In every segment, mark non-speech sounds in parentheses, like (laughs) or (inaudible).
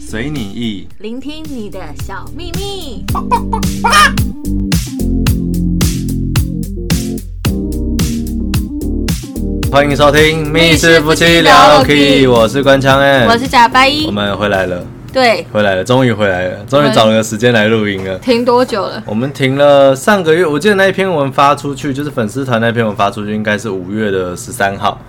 随你意。聆听你的小秘密。欢迎收听《密室夫妻聊 OK》，我是关枪哎，我是假白我一，们回来了，对，回来了，终于回来了，终于找了个时间来录音了。停多久了？我们停了上个月，我记得那一篇文发出去，就是粉丝团那篇文发出去，应该是五月的十三号。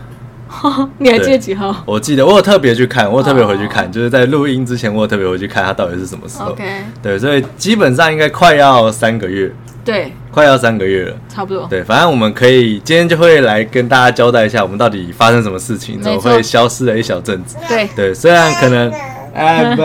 哦你还记得几号我记得我有特别去看，我有特别回去看，就是在录音之前，我有特别回去看它到底是什么时候。 ？OK，对，所以基本上应该快要三个月，对，快要三个月了。差不多。对，反正我们可以今天就会来跟大家交代一下，我们到底发生什么事情，没怎么错会消失了一小阵子。对，对，虽然可能，哎不，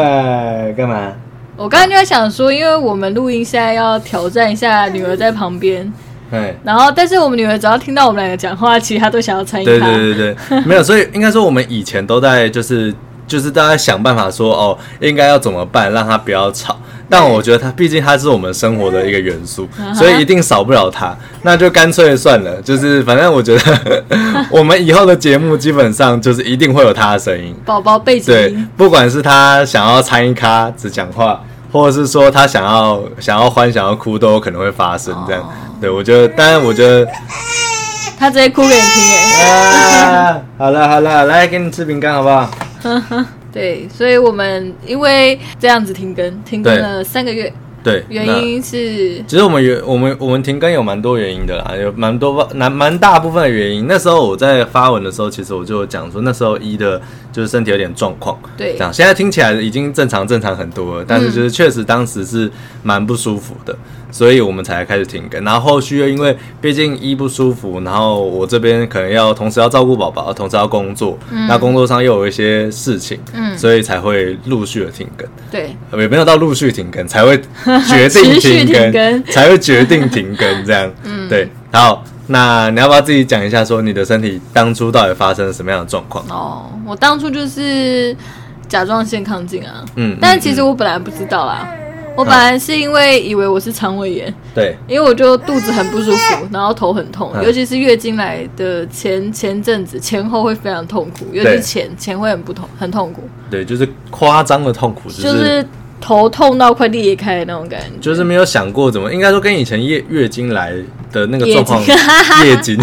干嘛？我刚刚就在想说，因为我们录音现在要挑战一下女儿在旁边，哎，然后但是我们女儿只要听到我们两个讲话，其实她都想要参与对她。对对 (laughs) 对，没有，所以应该说我们以前都在就是就是大家想办法说哦，应该要怎么办，让他不要吵。但我觉得他毕竟他是我们生活的一个元素， (laughs) 所以一定少不了他。那就干脆算了，就是反正我觉得 (laughs) 我们以后的节目基本上就是一定会有他的声音。宝宝背景对音，，不管是他想要参与咖只讲话，或者是说他想要想要欢想要哭，都有可能会发生这哦样。对我觉得，当然我觉得，她直接哭给你听哎。啊，好了好了，来给你吃饼干好不好？对，所以我们因为这样子停更，停更对了三个月，对，原那。因是其实我们原我们我们停更有蛮多原因的啦，有蛮多蛮蛮大部分的原因。那时候我在发文的时候，其实我就有讲说那时候一的就是身体有点状况，对嗯这样现在听起来已经正常正常很多了，但是就是确实当时是蛮不舒服的，所以我们才开始停更。然后后续又因为毕竟一不舒服，然后我这边可能要同时要照顾宝宝，同时要工作，那工作上又有一些事情，嗯所以才会陆续的停更。对呃也没有到陆续停更，才会决定 (laughs) 持续停停更，(laughs) 更才会决定停更这样。嗯，对。好，那你要不要自己讲一下，说你的身体当初到底发生了什么样的状况？啊哦，我当初就是甲状腺亢进啊，嗯但其实我本来不知道啦，我本来是因为以为我是肠胃炎，对因为我就肚子很不舒服，然后头很痛，嗯尤其是月经来的前前阵子前后会非常痛苦，尤其是前前会很不痛很痛苦，对，就是夸张的痛苦，就是、就是头痛到快裂开的那种感觉。就是没有想过怎么，应该说跟以前月月经来的那个状况，月月 (laughs) 经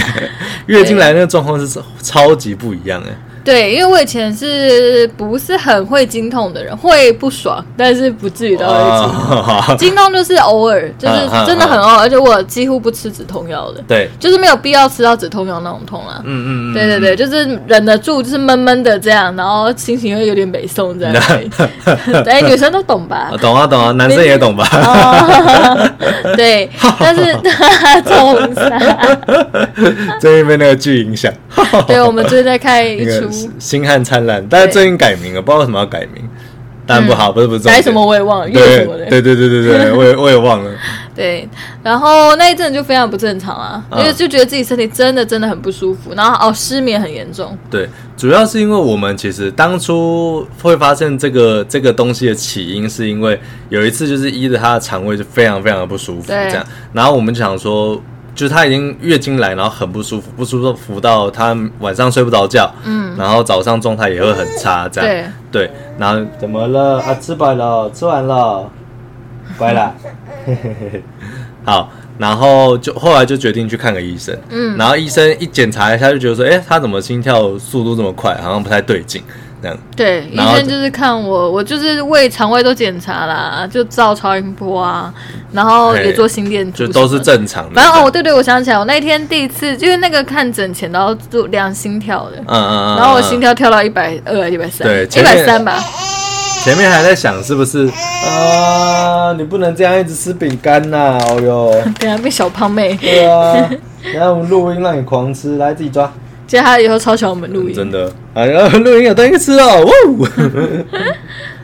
月经来那个状况是超超级不一样哎。对，因为我以前是不是很会经痛的人，会不爽，但是不至于到会经痛。 (laughs) 哦经痛就是偶尔，就是嗯嗯真的很偶尔，而且我几乎不吃止痛药的，对，就是没有必要吃到止痛药那种痛啦。嗯嗯嗯，对对对，就是忍得住，就是闷闷的这样，然后心情会有点北宋这 (laughs) 样而已。对，女生都懂 (laughs) 吧啊？懂啊懂啊，男生也懂吧？哦， (laughs) 对，但是 (laughs) 中三， (laughs) 最近被那个剧影响。对我们最近在看一那个出星汉灿烂，但是对嗯最近改名了，不知道为什么要改名，但不好，不是不是重改点什么我也忘了，月对什么的。对对对对对，我也我也忘 (laughs) 了，对，然后那一阵就非常不正常啊，因嗯为就觉得自己身体真的真的很不舒服，然后哦失眠很严重，对，主要是因为我们其实当初会发现这个这个东西的起因，是因为有一次就是伊的她的肠胃就非常非常的不舒服，对这样，然后我们就想说。就是她已经月经来，然后很不舒服，不舒服到她晚上睡不着觉，嗯，然后早上状态也会很差，这样，对，然后怎么了啊？吃饱了，吃完了，乖啦， (laughs) 好，然后就后来就决定去看个医生，嗯然后医生一检查一下就觉得说，哎、他怎么心跳速度这么快，好像不太对劲，这样，对，医然后生就是看我，我就是胃肠胃都检查啦，就照超音波啊，然后也做心电图，就都是。正常的。反正哦，对对，我想起来，我那天第一次就是那个看诊前，然后做量心跳的，嗯嗯嗯，嗯然后我心跳跳到一百二、一百三，对一前百面三吧，前面还在想是不是啊，你不能这样一直吃饼干呐，哦哟，对啊，变小胖妹，对啊，然后我们录音让你狂吃，来自己抓，结果她以后超喜欢我们录音，真的，啊，然后录音有东西吃哦， (laughs) 哇 (laughs) 哦，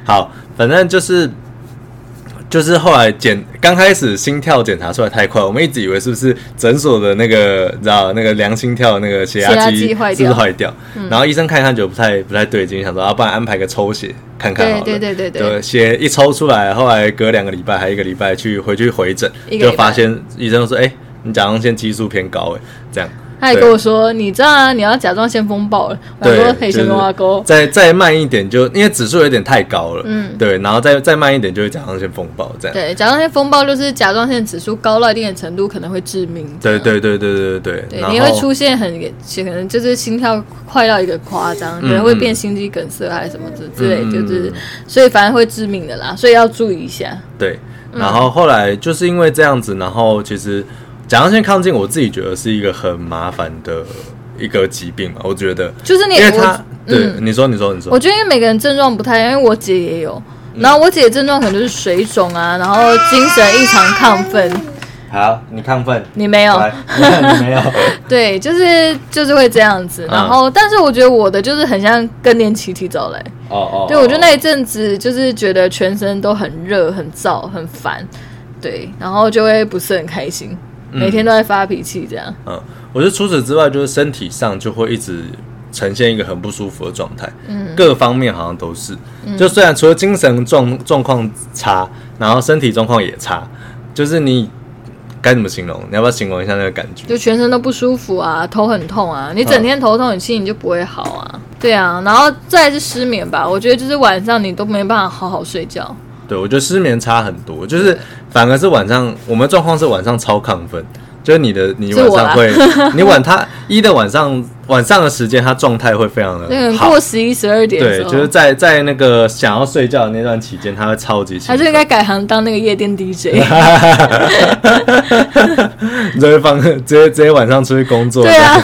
好，反正就是。就是后来检刚开始心跳检查出来太快，我们一直以为是不是诊所的那个，你知道那个量心跳那个血血压压计机坏掉嗯是不是坏掉？然后医生看一看觉得不太不太对劲，想说啊，不然安排个抽血看看好了。对对对对对对，血一抽出来，后来隔两个礼拜还一个礼拜去回去回诊一，个礼拜就发现医生说，哎、你甲状腺激素偏高，哎，这样。他还跟我说：“你知道啊，你要假装先风暴了。”我想说可以先跟我就勾是。再再慢一点就，因为指数有点太高了，嗯对，然后再再慢一点就会假上先风暴这样，对，甲状腺风暴就是甲状腺指数高到一定的程度，可能会致命。对对对对对对对，然你会后出现很可能就是心跳快到一个夸张，可能会变心肌梗塞还是什么之之类，嗯嗯嗯就是所以反正会致命的啦，所以要注意一下。对，嗯然后后来就是因为这样子，然后其实甲状腺亢进，我自己觉得是一个很麻烦的一个疾病嘛，我觉得，就是你因为它我嗯对、嗯你说你说你我说，觉得因为每个人症状不太一样，因为我姐也有，然后我姐的症状可能就是水肿啊，然后精神异常亢奋，好，你亢奋，你没有？来， (laughs) 你没 (laughs) 有，对，就是就是会这样子。嗯然后，但是我觉得我的就是很像更年期提早来。哦哦，对，我就那一阵子就是觉得全身都很热、很燥、很烦，对，然后就会不是很开心，每天都在发脾气这样。嗯，我觉得除此之外，就是身体上就会一直呈现一个很不舒服的状态，嗯，各方面好像都是。嗯就虽然除了精神状状况差，然后身体状况也差，就是你该怎么形容？你要不要形容一下那个感觉？就全身都不舒服啊，头很痛啊，你嗯整天头痛，你心情就不会好啊。对啊，然后再来是失眠吧，我觉得就是晚上你都没办法好好睡觉。对我觉得失眠差很多，就是反而是晚上我们状况是晚上超亢奋。就是你的，你是晚我上啦会， (laughs) 你晚他一的晚上晚上的时间，他状态会非常那的个好过，十一、十二点的对时，候，就是在在那个想要睡觉的那段期间，他会超级兴还奋是应该改行当那个夜店 DJ。 (laughs) 你就会放 (laughs) 直接直接晚上出去工作。对啊，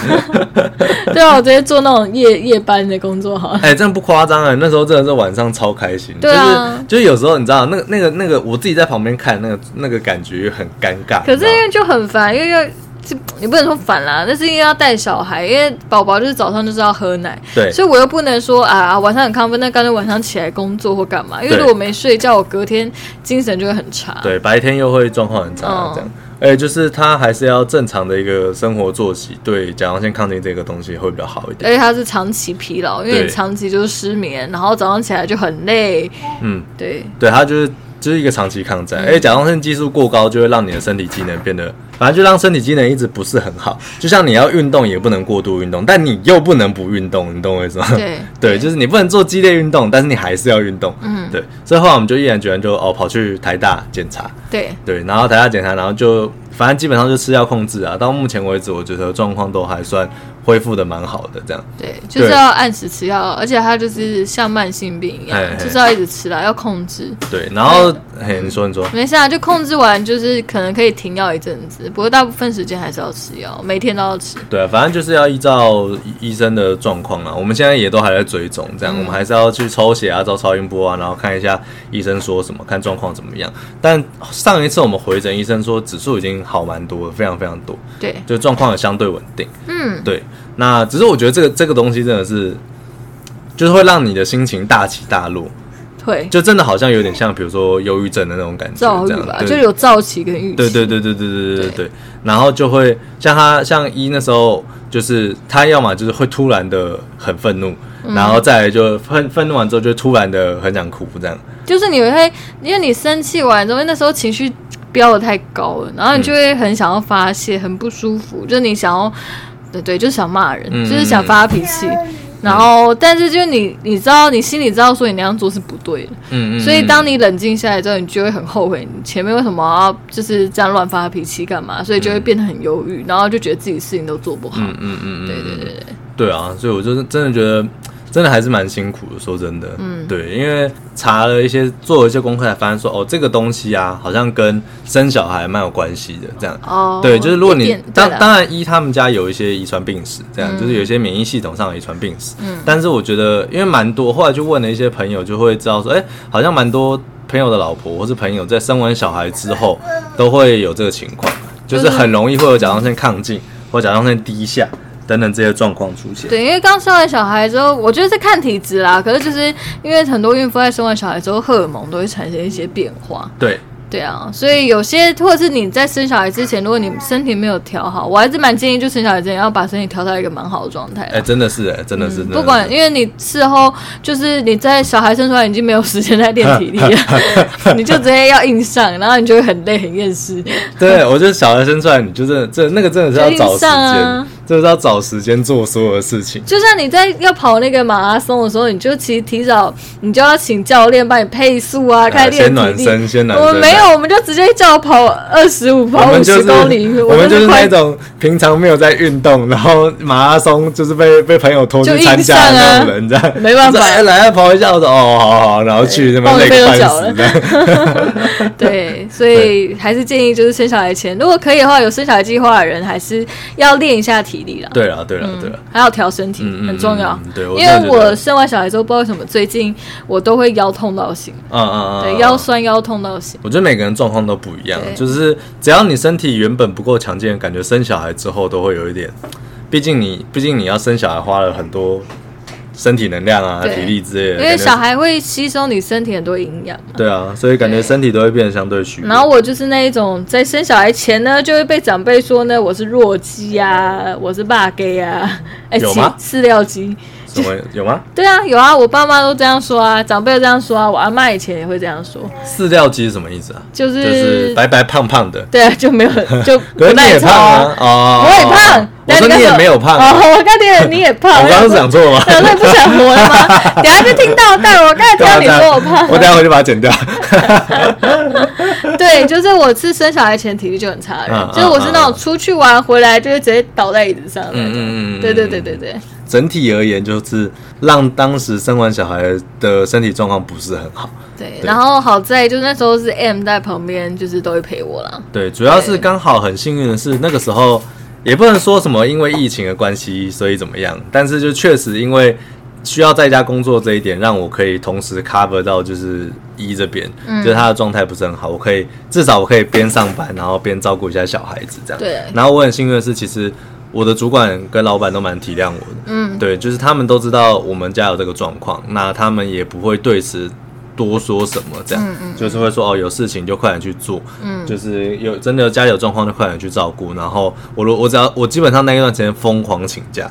(laughs) 对啊，我直接做那种夜夜班的工作好了。哎、这样不夸张啊！那时候真的是晚上超开心，对啊就是就是有时候你知道那个那个那个，我自己在旁边看那个那个感觉很尴尬。可你知是道因吗为就很烦，因为要就也不能说烦啦，但是因为要带小孩，因为宝宝就是早上就是要喝奶，对所以我又不能说啊晚上很亢奋，那干脆晚上起来工作或干嘛，因为对如果没睡觉，我隔天精神就会很差。对白天又会状况很差嗯这样，而且就是他还是要正常的一个生活作息，对甲状腺亢进这个东西会比较好一而点。且他是长期疲劳，因为对你长期就是失眠，然后早上起来就很累，嗯， (laughs) 对，对，它就是就是一个长期抗战，而且甲状腺激素过高就会让你的身体机能变得，反正就让身体机能一直不是很好。就像你要运动也不能过度运动，但你又不能不运动，你懂我意思吗？对 (laughs) 对，就是你不能做激烈运动，但是你还是要运动。嗯，对，所以后来我们就毅然决然就哦跑去台大检查，对，对，然后台大检查，然后就反正基本上就吃药控制啊。到目前为止，我觉得状况都还算恢复的蛮好的，这样。对，就是要按时吃药，而且它就是像慢性病一样，嘿嘿就是要一直吃啦，要控制。对，然后嘿，你说你说，没事啊，就控制完，就是可能可以停药一阵子，不过大部分时间还是要吃药，每天都要吃。对啊，反正就是要依照医医生的状况啦。我们现在也都还在追踪，这嗯样、我们还是要去抽血啊、照超音波啊，然后看一下医生说什么，看状况怎么样。但上一次我们回诊，医生说指数已经好蛮多了，非常非常多，对，就状况也相对稳定。嗯，对，那只是我觉得这个这个东西真的是，就是会让你的心情大起大落，会就真的好像有点像比如说忧郁症的那种感觉，躁这郁样吧，对就有躁期跟郁期。对对对对对对对对对对，然后就会像他像一那时候，就是他要么就是会突然的很愤怒，然后再来就愤愤怒完之后就突然的很想哭这样。就是你会，因为你生气完之后，因为那时候情绪飙的太高了，然后你就会很想要发泄，很不舒服，就是你想要，对对，就是想骂人，嗯就是想发脾气。然后，但是就是你，你知道，你心里知道说你那样做是不对的，嗯嗯。所以当你冷静下来之后，你就会很后悔，你前面为什么要就是这样乱发脾气干嘛？所以就会变得很忧郁，然后就觉得自己事情都做不好。嗯嗯嗯嗯，对对对对，对啊，所以我就是真的觉得，真的还是蛮辛苦的。说真的，嗯，对，因为查了一些，做了一些功课，才发现说，哦，这个东西啊，好像跟生小孩蛮有关系的。这样，哦，对，就是如果一你点对当啦嗯当然一他们家有一些遗传病史，这样、就是有一些免疫系统上的遗传病史。嗯，但是我觉得因为蛮多，后来就问了一些朋友，就会知道说，哎、好像蛮多朋友的老婆或是朋友在生完小孩之后嗯都会有这个情况，就是很容易会有甲状腺亢进或甲状腺低下等等这些状况出现。对，因为刚生完小孩之后，我觉得是看体质啦。可是就是因为很多孕妇在生完小孩之后，荷尔蒙都会产生一些变化。对对啊，所以有些或者是你在生小孩之前，如果你身体没有调好，我还是蛮建议，就生小孩之前要把身体调到一个蛮好的状态啦。哎、真的是哎、真的是，真的是嗯不管，因为你事后就是你在小孩生出来，你已经没有时间在练体 (laughs) 力了，你就直接要硬上，然后你就会很累很厌世。对我觉得小孩生出来，你就真的这那个真的是要就硬找时间，上啊就是要找时间做所有的事情。就像你在要跑那个马拉松的时候，你就其实提早，你就要请教练帮你配速啊，开始练呃哎先暖体力。身，先暖身。我们没有，我们就直接叫我跑二十 (laughs) 五、我跑们五就十是公里，我们就是快那 (laughs) 种平常没有在运动，然后马拉松就是被被朋友拖就去硬参加的上啊那种人，这样没办法就是哎来啊跑一下，我说哦，好好，然后去那么对累个抱半着死被这样。 (laughs) 对，所以还是建议就是生小孩前，如果可以的话，有生小孩计划的人还是要练一下体力啦。对啊了，对了，对了，嗯还有调身体、嗯嗯很重要嗯嗯，对我因真的为觉得我生完小孩之后，不知道为什么最近我都会腰痛到醒，嗯嗯嗯，对，嗯腰酸腰痛到醒。我觉得每个人状况都不一样啊对，就是只要你身体原本不够强健，感觉生小孩之后都会有一点，毕竟你毕竟你要生小孩花了很多身体能量啊、对体力之类的，因为感觉小孩会吸收你身体很多营养，对啊，所以感觉对身体都会变得相对虚弱。然后我就是那一种在生小孩前呢，就会被长辈说呢我是弱鸡啊，我是霸 gay 啊， (laughs) 哎、嗯有饲吗饲料鸡，什么有吗？对啊，有啊，我爸妈都这样说啊，长辈都这样说啊，我阿妈以前也会这样说，饲料鸡是什么意思啊？就是就是白白胖胖的，对啊，就没有就 (laughs) 不可是你耐也操胖啊！哦，我也胖，我但说是你也没有胖啊，哦，我刚才你也胖， (laughs) 我刚刚是讲错了吗？想说你不想活了吗？ (laughs) 等下就听到，但我刚才听啊到你说我胖， (laughs) 我等一下回去把它剪掉。对，就是我是生小孩前体力就很差的人，嗯就是我是嗯那嗯种出去玩回来就会直接倒在椅子上的那嗯种。嗯嗯，对对对对对，整体而言，就是让当时生完小孩的身体状况不是很好。对，然后好在就是那时候是 M 在旁边，就是都会陪我啦。对，主要是刚好很幸运的是，那个时候也不能说什么因为疫情的关系，所以怎么样，但是就确实因为需要在家工作这一点，让我可以同时 cover 到就是一这边，嗯就是他的状态不是很好，我可以至少我可以边上班，然后边照顾一下小孩子这样。对然后我很幸运的是，其实我的主管跟老板都蛮体谅我的，嗯，对，就是他们都知道我们家有这个状况，那他们也不会对此多说什么，这样、嗯就是会说哦，有事情就快点去做，嗯，就是有真的家里有状况就快点去照顾。然后我如我只要我基本上那一段时间疯狂请假，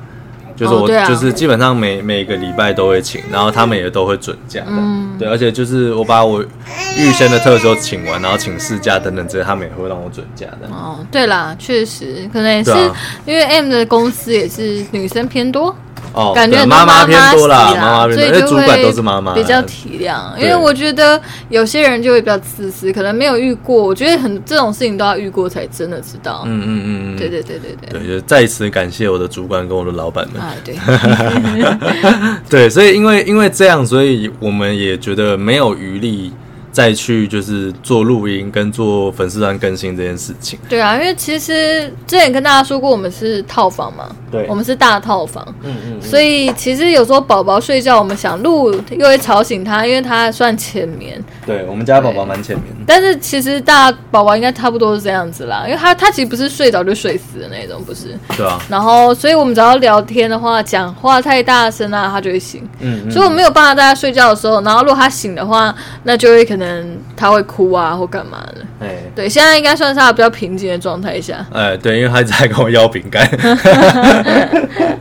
就是哦我、对啊就是基本上每每个礼拜都会请，然后他们也都会准假的，嗯对，而且就是我把我预先的特休请完，然后请事假等等这些，他们也会让我准假的。哦，对啦，确实可能也是、对啊因为 M 的公司也是女生偏多，哦，感觉对很多妈妈偏多啦，系啦妈妈偏所多，以因为就主会管都是妈妈，嗯比较体谅。因对为我觉得有些人就会比较自私，可能没有遇过。我觉得很这种事情都要遇过才真的知道。嗯嗯嗯嗯，对对对对对，对，就再次感谢我的主管跟我的老板们。哎对，对，所以因为因为这样，所以我们也觉得没有余力再去就是做录音跟做粉丝团更新这件事情。对啊，因为其实之前跟大家说过，我们是套房嘛，对我们是大套房，嗯嗯，所以其实有时候宝宝睡觉，我们想录又会吵醒他，因为他算浅眠。对我们家宝宝蛮浅眠的。但是其实大宝宝应该差不多是这样子啦，因为他他其实不是睡着就睡死的那种，不是。对啊，然后，所以我们只要聊天的话，讲话太大声啊，他就会醒。嗯嗯所以我没有办法在他睡觉的时候，然后如果他醒的话，那就会可能他会哭啊或干嘛的。哎对，现在应该算是他比较平静的状态下，哎，对，因为他一直在跟我要饼 (laughs) 干。 (laughs)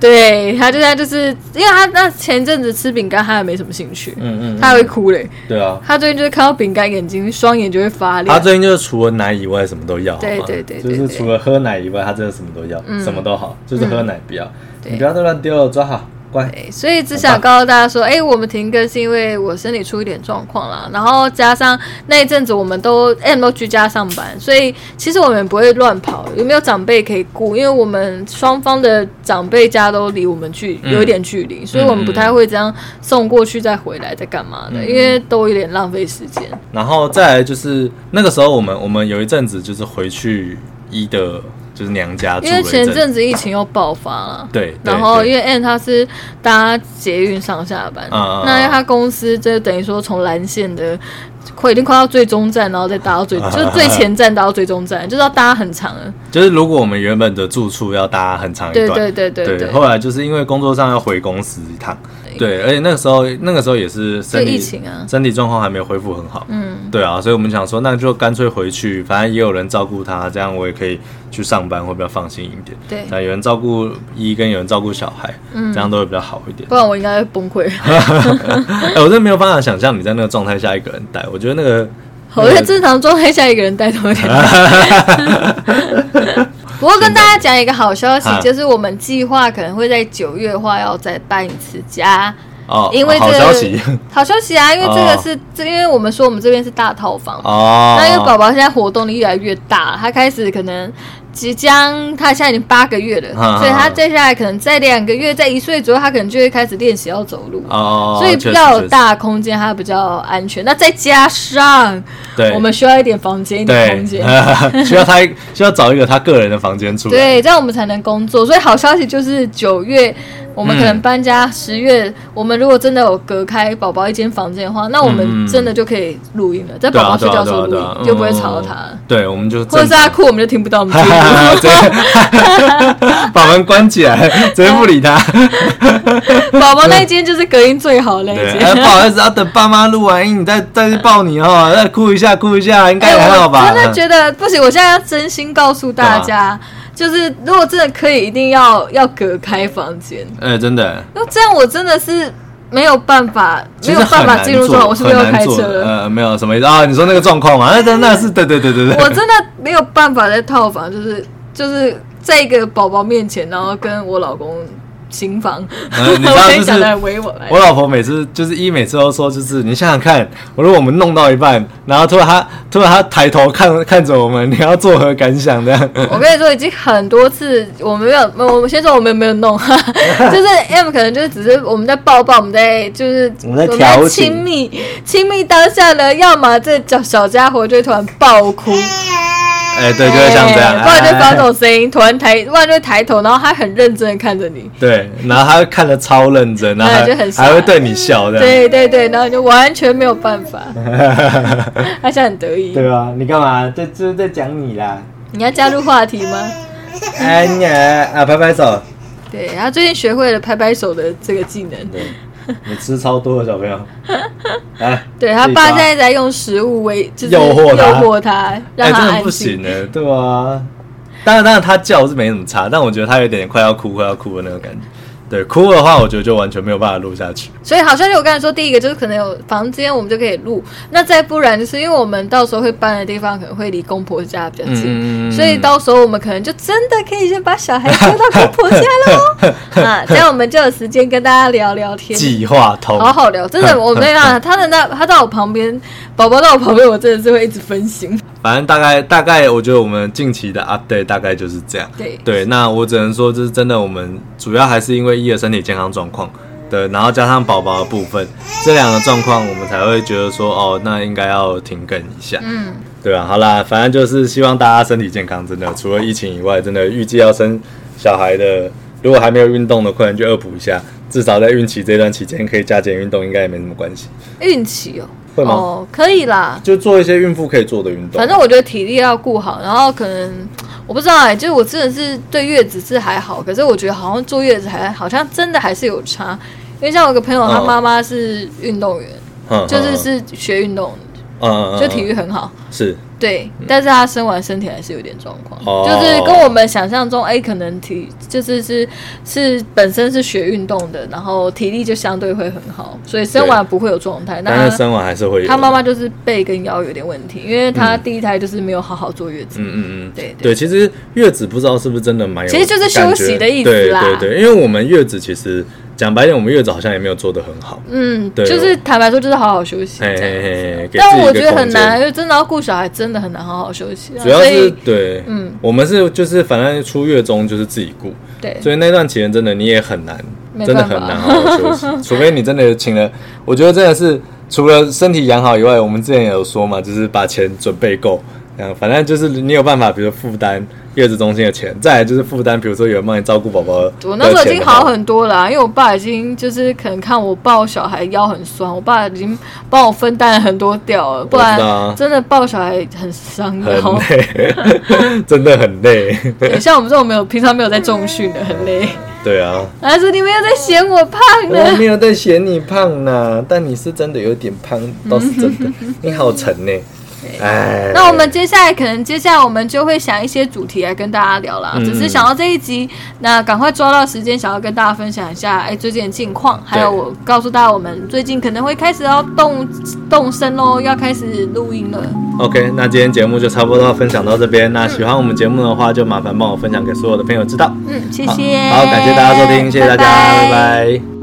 对他就现在就是因为他那前阵子吃饼干，他也没什么兴趣，嗯嗯，他还会哭嘞。对啊，他最近就是看到饼干，眼睛双眼就会发他亮。最近就是除了奶以外什么都要，好吗对对对对嗯就是除了喝奶以外，他真的什么都要，什么都好，就是喝奶不要，你不要再乱丢了，抓好，乖。对所以只想告诉大家说，哎、我们停更是因为我身体出一点状况啦，然后加上那一阵子我们都 M 都居家上班，所以其实我们也不会乱跑，有没有长辈可以顾？因为我们双方的长辈家都离我们距有一点距离，所以我们不太会这样送过去再回来再干嘛的，因为都有点浪费时间。然后再来就是那个时候，我们我们有一阵子就是回去一的，就是娘家住因了为一前阵阵子疫情又爆发了，对对然后对因为 N 他是搭捷运上下班，嗯嗯嗯那因为他公司就等于说从蓝线的快已经快到最终站，然后再搭到啊最、就是最前站搭到最终站，就是要搭很长了。就是如果我们原本的住处要搭很长一对段，对对对对对，后来就是因为工作上要回公司一趟，对，而且那个时候那个时候也是身体就疫情啊身体状况还没有恢复很好，嗯，对啊，所以我们想说，那就干脆回去，反正也有人照顾他，这样我也可以去上班，会比较放心一点。对那有人照顾一跟有人照顾小孩，嗯，这样都会比较好一点不。然我应该会崩溃。 (laughs) 哎、我真的没有办法想象你在那个状态下一个人带，我觉得那个 (laughs) 我在正常状态下一个人带头有点累。不过跟大家讲一个好消息啊，就是我们计划可能会在九月的话要再办一次家。哦，因为这好个消息 (laughs) 好消息啊，因为这哦个是，这因为我们说我们这边是大套房嘛，哦，那因为宝宝现在活动力越来越大，他开始可能即将，他现在已经八个月了，嗯所以他接下来可能在两个月，在一岁左右，他可能就会开始练习要走路。哦，所以确实比较确有实大空间，它比较安全。那再加上对，我们需要一点 (laughs) 房间，一点空 (laughs) 间，对， (laughs) 需要他需要找一个他个人的房间住。，对，这样我们才能工作。所以好消息就是九月我们可能搬家，十、月我们如果真的有隔开宝宝一间房间的话，那我嗯嗯们真的就可以录音了，在对宝啊，宝对睡啊，对觉的时候啊，录对音，啊，又不会吵到他。嗯。对，我们就是或者正是他哭，我 (laughs) 们就听不到我们节目。对， (laughs) 把门关起 (laughs) 来，直接不理他。宝宝那一间就是隔音最好的那一对，间。哎，不好意思，要等爸妈录完音，你再再去抱你 (laughs) 哦，再哭一下，哭一下，应该还好吧？哎我真的觉得不行，我现在要真心告诉对大啊家，就是如果真的可以，一定要要隔开房间， (laughs) 哎，真的，因为这样我真的是没有办法，其没实有办很法难进入状做，况。我是不是要很难开做车了？呃，没有什么意思啊。你说那个状况嘛，那那那是对对对对对。我真的没有办法在套房，就是就是在一个宝宝面前，然后跟我老公行房，嗯你知道 (laughs) 我就先是讲的委婉来。我老婆每次就是一每次都说，就是你想想看，我如果我们弄到一半，然后突然她突然她抬头看看着我们，你要作何感想？ (laughs) 这样，我跟你说，已经很多次我们没有，我们先说我们没有弄， (laughs) 就是 M 可能就是只是我们在抱抱，我们在就是我们在调情亲密亲密当下呢，要么这小小家伙就会突然爆哭，哎、对，就会像这样，不然就发哎这种声音，突然抬，不然就会抬头，然后他很认真的看着你，对，然后她会看得超认真，然后哎就还很还会对啊你笑这样，对对对，然后你就完全没有办法， (laughs) 他现在很得意。 (laughs) 对啊吧？你干嘛？这这是在讲你啦！你要加入话题吗？哎呀啊，拍拍 (laughs) 手，对，他最近学会了拍拍手的这个技能。对，你吃超多的小朋友，哎，对他自己爸抓现在在用食物为就是诱惑他诱惑他，哎、让他真的安不静。行呢、对啊。当然，当然，他叫是没什么差，但我觉得他有点快要哭、快要哭的那种感觉。对，哭的话，我觉得就完全没有办法录下去。所以好像就我刚才说，第一个就是可能有房间，我们就可以录。那再不然就是因为我们到时候会搬的地方可能会离公婆家比较近，嗯所以到时候我们可能就真的可以先把小孩接到公婆家 (laughs) 喽。啊，这样我们就有时间跟大家聊聊天。计划通，好好 (laughs) 聊，真的，我没办法，他的那他到我旁边，宝宝到我旁边，我真的是会一直分心。反正大概大概，我觉得我们近期的 update 大概就是这样。对对，那我只能说，就是真的，我们主要还是因为一的身体健康状况，对，然后加上宝宝的部分，这两个状况，我们才会觉得说，哦，那应该要停更一下。嗯，对啊，好啦，反正就是希望大家身体健康，真的，除了疫情以外，真的预计要生小孩的，如果还没有运动的，快点去恶补一下，至少在孕期这段期间可以加减运动，应该也没什么关系，运气哦，会吗哦，可以啦，就做一些孕妇可以做的运动。反正我觉得体力要顾好，然后可能我不知道哎、就是我真的是对月子是还好，可是我觉得好像坐月子还好像真的还是有差，因为像我有个朋友，嗯他妈妈是运动员，嗯就是，是学运动嗯嗯嗯嗯的，就体育很好。是，对，但是她生完身体还是有点状况，嗯哦就是跟我们想象中，哎、可能体就是是是本身是学运动的，然后体力就相对会很好，所以生完不会有状态。那但是生完还是会有。她妈妈就是背跟腰有点问题，因为她第一胎就是没有好好坐月子，嗯嗯嗯，对对，其实月子不知道是不是真的蛮有感其觉，实就是休息的意思啦对对对，因为我们月子其实讲白点，我们月子好像也没有做的很好。嗯，对就是坦白说，就是好好休息这嘿样。嘿嘿嘿，给自但己一我个觉得很空间难，因为真的要顾小孩，真的很难好好休息、啊。主要所是以对，嗯嗯，我们是就是反正出月中就是自己顾，对，所以那段期间真的你也很难，没真的办法很难好好休息， (laughs) 除非你真的请了，我觉得真的是除了身体养好以外，我们之前也有说嘛，就是把钱准备够。嗯，反正就是你有办法，比如说负担月子中心的钱，再来就是负担，比如说有人帮你照顾宝宝的钱。我那时候已经好很多了啊、因为我爸已经就是可能看我抱小孩腰很酸，我爸已经帮我分担了很多掉了，不我知道啊然真的抱小孩很伤腰。很累， (laughs) 真的很累。对， (laughs) 像我们这种没有平常没有在重训的，很 (laughs) 累。对啊，他说你们又在嫌我胖我呢，没有 (laughs) 在嫌你胖啦，但你是真的有点胖，倒是真的。你好沉呢、哎，那我们接下来可能接下来我们就会想一些主题来跟大家聊啦。嗯只是想到这一集，那赶快抓到时间，想要跟大家分享一下，哎，最近的近况，还有我告诉大家，我们最近可能会开始要动动身喽，要开始录音了。 OK，那今天节目就差不多分享到这边。那喜欢我们节目的话，就麻烦帮我分享给所有的朋友知道。嗯，谢谢。好，好感谢大家收听，谢谢大家，拜拜拜